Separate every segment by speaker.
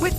Speaker 1: With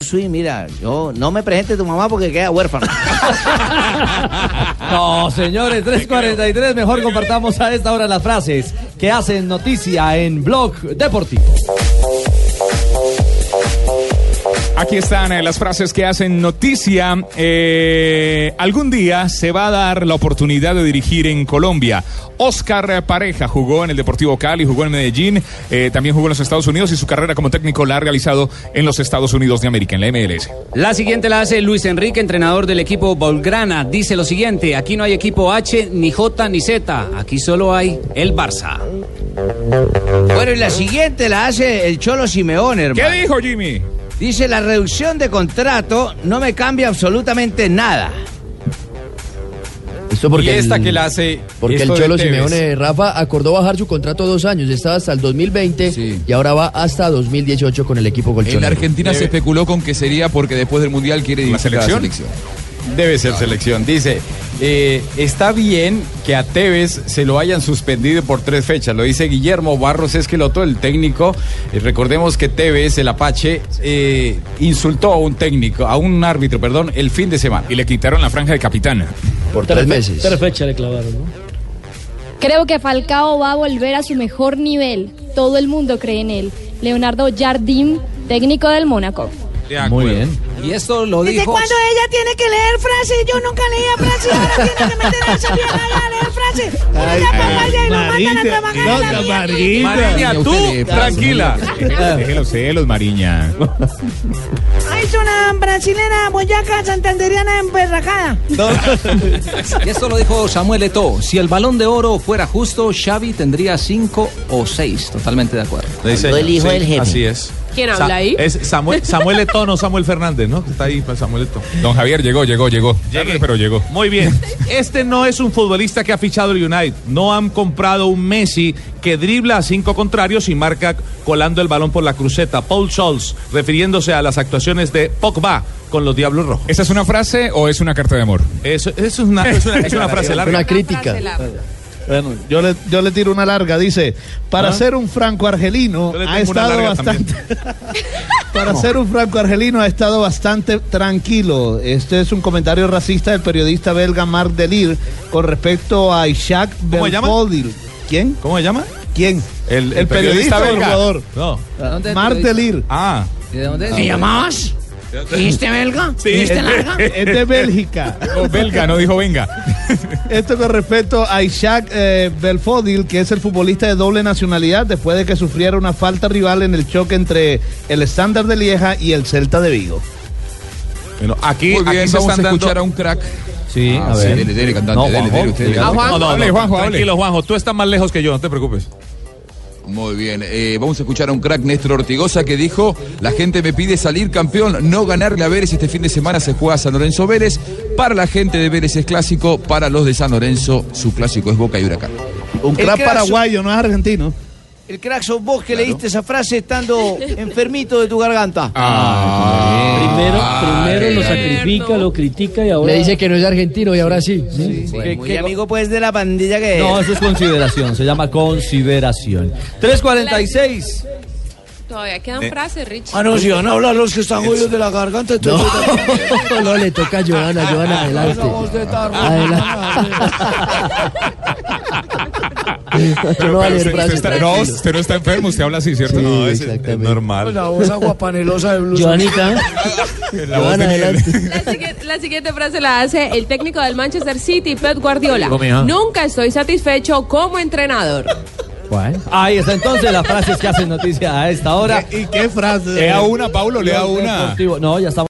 Speaker 2: Sí, mira, yo no me presente tu mamá porque queda huérfana.
Speaker 3: No, señores, 343, mejor compartamos a esta hora las frases que hacen noticia en Blog Deportivo.
Speaker 4: Aquí están eh, las frases que hacen noticia. Eh, algún día se va a dar la oportunidad de dirigir en Colombia. Oscar Pareja jugó en el Deportivo Cali, jugó en Medellín, eh, también jugó en los Estados Unidos y su carrera como técnico la ha realizado en los Estados Unidos de América, en la MLS.
Speaker 5: La siguiente la hace Luis Enrique, entrenador del equipo Volgrana. Dice lo siguiente, aquí no hay equipo H, ni J, ni Z. Aquí solo hay el Barça.
Speaker 2: Bueno, y la siguiente la hace el Cholo Simeón,
Speaker 4: ¿Qué
Speaker 2: hermano.
Speaker 4: dijo Jimmy?
Speaker 2: Dice, la reducción de contrato no me cambia absolutamente nada.
Speaker 6: Esto porque
Speaker 7: y esta
Speaker 6: el,
Speaker 7: que la hace.
Speaker 6: porque el
Speaker 7: esto de
Speaker 6: Cholo
Speaker 7: Tevez.
Speaker 6: Simeone Rafa acordó bajar su contrato dos años, estaba hasta el 2020
Speaker 7: Sí.
Speaker 6: y ahora va hasta 2018 con el equipo
Speaker 7: En
Speaker 6: colchonero.
Speaker 7: Argentina se especuló con que sería porque después del Mundial quiere
Speaker 4: Eh, ¿La
Speaker 7: dirigir a
Speaker 4: selección?
Speaker 7: Debe ser selección. Dice, eh, está bien que a Tevez se lo hayan suspendido por tres fechas. Lo dice Guillermo Barros Esqueloto, el técnico. Eh, recordemos que Tevez, el Apache, eh, insultó a un técnico, a un árbitro, perdón, el fin de semana.
Speaker 4: Y le quitaron la franja de capitana.
Speaker 6: por tres meses.
Speaker 8: fechas le clavaron, ¿no?
Speaker 9: Creo que Falcao va a volver a su mejor nivel. Todo el mundo cree en él. Leonardo Jardim, técnico del Mónaco.
Speaker 3: Muy bien.
Speaker 5: Y esto lo dijo...
Speaker 10: ella tiene que leer frases? Yo nunca leía frases. Ahora tiene que meter esa vieja a leer frases. Uno ya para allá y lo mandan a trabajar a la mierda.
Speaker 4: Mariña,
Speaker 7: tú, tranquila.
Speaker 4: Deje los celos, Mariña.
Speaker 10: Ay, es una brasilera, boyaca, santanderiana, emberracada.
Speaker 5: Y esto lo dijo Samuel Eto'o. Si el balón de oro fuera justo, Xavi tendría cinco o seis. Totalmente de acuerdo.
Speaker 7: Dice,
Speaker 2: Lo elijo el jefe.
Speaker 7: Así es.
Speaker 10: ¿Quién habla ahí?
Speaker 11: Es Samuel, Samuel Eto'o, no Samuel Fernández, ¿no? Está ahí pues, Samuel Eto'o.
Speaker 4: Don Javier llegó, llegó, llegó. Tarde,
Speaker 11: Llegué.
Speaker 4: pero llegó.
Speaker 11: Muy bien. Este no es un futbolista que ha fichado el United. No han comprado un Messi que dribla a cinco contrarios y marca colando el balón por la cruceta. Paul Scholes, refiriéndose a las actuaciones de Pogba con los Diablos Rojos.
Speaker 4: ¿Esa es una frase o es una carta de amor?
Speaker 11: Eso, eso es una, es una- es una frase larga.
Speaker 6: Una crítica.
Speaker 8: Bueno, yo le, yo le tiro una larga. Dice, para ser un franco argelino
Speaker 11: ¿Ah? Yo le tengo una
Speaker 8: ha estado
Speaker 11: larga
Speaker 8: bastante... para ser un franco argelino ha estado bastante tranquilo. Este es un comentario racista del periodista belga Marc Delir con respecto a Isaac
Speaker 11: ¿Cómo se llama?
Speaker 8: Belfodil. ¿Quién?
Speaker 11: ¿Cómo se llama? Eh,
Speaker 8: ¿Quién?
Speaker 11: El, el
Speaker 8: periodista, del
Speaker 11: belga.
Speaker 8: jugador.
Speaker 11: No.
Speaker 5: ¿Dónde
Speaker 8: Marc
Speaker 5: te lo dice?
Speaker 8: Delir.
Speaker 11: Ah.
Speaker 5: ¿Y ¿De dónde es?
Speaker 2: ¿Me llamabas? ¿Dijiste belga? ¿Dijiste larga?
Speaker 8: Es de Bélgica.
Speaker 4: O belga, no dijo venga.
Speaker 8: Esto con respecto a Isaac eh, Belfodil, que es el futbolista de doble nacionalidad, después de que sufriera una falta rival en el choque entre el estándar de Lieja y el Celta de Vigo.
Speaker 11: Bueno, aquí,
Speaker 7: Muy
Speaker 11: aquí
Speaker 7: bien,
Speaker 11: se
Speaker 7: vamos a
Speaker 11: están dando...
Speaker 7: escuchar a un crack.
Speaker 3: Sí,
Speaker 7: Ah,
Speaker 3: a
Speaker 7: sí,
Speaker 3: ver.
Speaker 7: dele, dele, cantante,
Speaker 3: No,
Speaker 7: dele,
Speaker 3: Juanjo,
Speaker 7: dele, usted,
Speaker 3: diga.
Speaker 7: digamos.
Speaker 4: Juanjo, hable, Juanjo, hable.
Speaker 11: Tranquilo, Juanjo, tú estás más lejos que yo, no te preocupes.
Speaker 7: Muy bien, eh, vamos a escuchar a un crack Néstor Ortigosa que dijo, la gente me pide salir campeón, no ganarle a Vélez este fin de semana se juega San Lorenzo Vélez, para la gente de Vélez es clásico, para los de San Lorenzo su clásico es Boca y Huracán.
Speaker 8: Un
Speaker 2: El
Speaker 8: crack
Speaker 2: crack-
Speaker 8: paraguayo, no es argentino.
Speaker 2: El crack sos vos que leíste esa frase estando enfermito de tu garganta.
Speaker 4: Ah,
Speaker 8: Ah, Primero,
Speaker 6: Ah,
Speaker 7: primero lo
Speaker 8: sacrifica, lo critica y
Speaker 6: Le dice que no es argentino y ahora sí.
Speaker 2: Bueno, muy amigo pues de la pandilla que
Speaker 3: No,
Speaker 2: es.
Speaker 3: eso es consideración, se llama consideración. 346.
Speaker 10: Todavía quedan frases, Richie.
Speaker 2: Ah, no, si van a hablar los que están jodidos de la garganta, entonces...
Speaker 6: No, no, le toca a Joana, Joana, adelante. Adelante. Yo no voy a
Speaker 4: Pero
Speaker 6: leer
Speaker 4: usted, usted
Speaker 6: frases,
Speaker 4: está, no,
Speaker 6: tranquilo.
Speaker 4: usted no está enfermo, usted habla así, ¿cierto?
Speaker 6: Sí,
Speaker 4: No, es-
Speaker 6: exactamente.
Speaker 8: Pues,
Speaker 11: normal.
Speaker 6: voz aguapanelosa de blusa. Joanita.
Speaker 4: la voz
Speaker 6: Joana,
Speaker 4: de miel.
Speaker 6: adelante.
Speaker 10: La siguiente, la siguiente frase la hace el técnico del Manchester City, Pep Guardiola.
Speaker 3: Digo, mija.
Speaker 10: Nunca estoy satisfecho como entrenador.
Speaker 3: Ahí está entonces las frases que hacen noticia a esta hora.
Speaker 8: ¿Y qué frase?
Speaker 4: Lea una, Paulo, lea
Speaker 3: Blog
Speaker 4: una.
Speaker 3: Deportivo. No, ya estamos.